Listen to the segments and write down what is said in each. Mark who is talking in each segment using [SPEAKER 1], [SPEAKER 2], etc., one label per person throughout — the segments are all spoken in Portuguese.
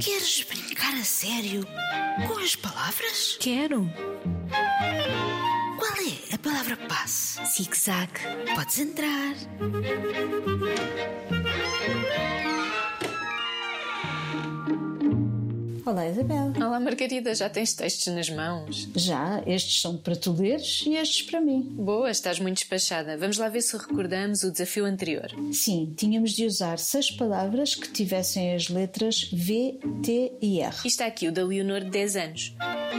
[SPEAKER 1] Queres brincar a sério com as palavras?
[SPEAKER 2] Quero.
[SPEAKER 1] Qual é a palavra passe?
[SPEAKER 2] Zig-zag.
[SPEAKER 1] Podes entrar.
[SPEAKER 3] Olá, Isabel.
[SPEAKER 4] Olá, Margarida, já tens textos nas mãos?
[SPEAKER 3] Já, estes são para tu leres e estes para mim.
[SPEAKER 4] Boa, estás muito despachada. Vamos lá ver se recordamos o desafio anterior.
[SPEAKER 3] Sim, tínhamos de usar seis palavras que tivessem as letras V, T e R.
[SPEAKER 4] E está aqui o da Leonor, de 10 anos.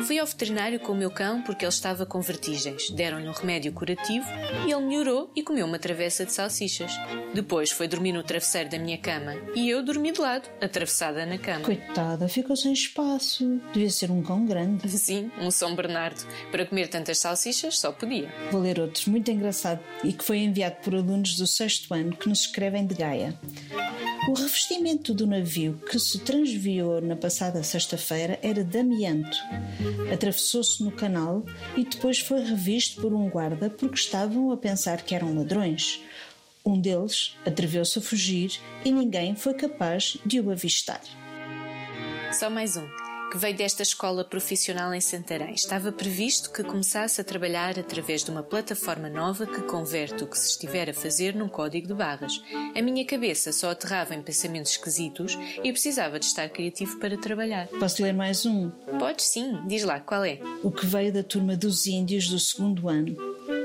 [SPEAKER 4] Fui ao veterinário com o meu cão porque ele estava com vertigens. Deram-lhe um remédio curativo e ele melhorou e comeu uma travessa de salsichas. Depois foi dormir no travesseiro da minha cama e eu dormi de lado, atravessada na cama.
[SPEAKER 3] Coitada, ficou sem espaço. Devia ser um cão grande.
[SPEAKER 4] Sim, um São Bernardo. Para comer tantas salsichas só podia.
[SPEAKER 3] Vou ler outro muito engraçado e que foi enviado por alunos do sexto ano que nos escrevem de Gaia. O revestimento do navio que se transviou na passada sexta-feira era de amianto. Atravessou-se no canal e depois foi revisto por um guarda porque estavam a pensar que eram ladrões. Um deles atreveu-se a fugir e ninguém foi capaz de o avistar.
[SPEAKER 4] Só mais um, que veio desta escola profissional em Santarém. Estava previsto que começasse a trabalhar através de uma plataforma nova que converte o que se estiver a fazer num código de barras. A minha cabeça só aterrava em pensamentos esquisitos e precisava de estar criativo para trabalhar.
[SPEAKER 3] Posso ler mais um?
[SPEAKER 4] Podes sim, diz lá, qual é?
[SPEAKER 3] O que veio da turma dos índios do segundo ano.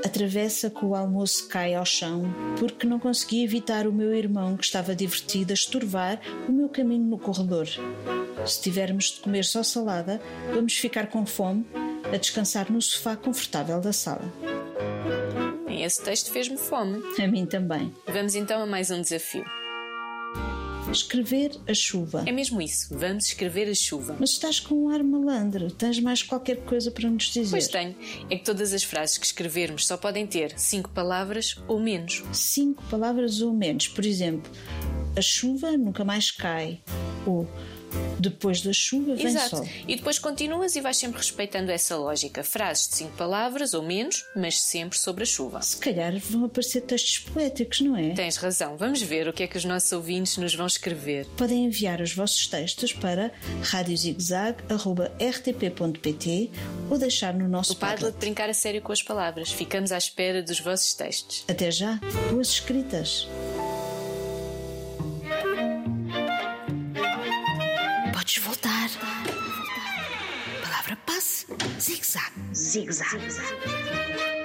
[SPEAKER 3] Atravessa que o almoço cai ao chão, porque não consegui evitar o meu irmão que estava divertido a estorvar o meu caminho no corredor. Se tivermos de comer só salada, vamos ficar com fome a descansar no sofá confortável da sala.
[SPEAKER 4] Esse texto fez-me fome.
[SPEAKER 3] A mim também.
[SPEAKER 4] Vamos então a mais um desafio.
[SPEAKER 3] Escrever a chuva.
[SPEAKER 4] É mesmo isso, vamos escrever a chuva.
[SPEAKER 3] Mas estás com um ar malandro, tens mais qualquer coisa para nos dizer?
[SPEAKER 4] Pois tenho, é que todas as frases que escrevermos só podem ter cinco palavras ou menos.
[SPEAKER 3] Cinco palavras ou menos. Por exemplo, a chuva nunca mais cai. Ou depois da chuva vem
[SPEAKER 4] Exato.
[SPEAKER 3] sol.
[SPEAKER 4] E depois continuas e vais sempre respeitando essa lógica. Frases de cinco palavras ou menos, mas sempre sobre a chuva.
[SPEAKER 3] Se calhar vão aparecer textos poéticos, não é?
[SPEAKER 4] Tens razão. Vamos ver o que é que os nossos ouvintes nos vão escrever.
[SPEAKER 3] Podem enviar os vossos textos para radiozigzag.rtp.pt ou deixar no nosso
[SPEAKER 4] O Padlet
[SPEAKER 3] Padlet.
[SPEAKER 4] brincar a sério com as palavras. Ficamos à espera dos vossos textos.
[SPEAKER 3] Até já, boas escritas!
[SPEAKER 1] Podes voltar. Palavra passe. Zig-zag.
[SPEAKER 5] zigzag.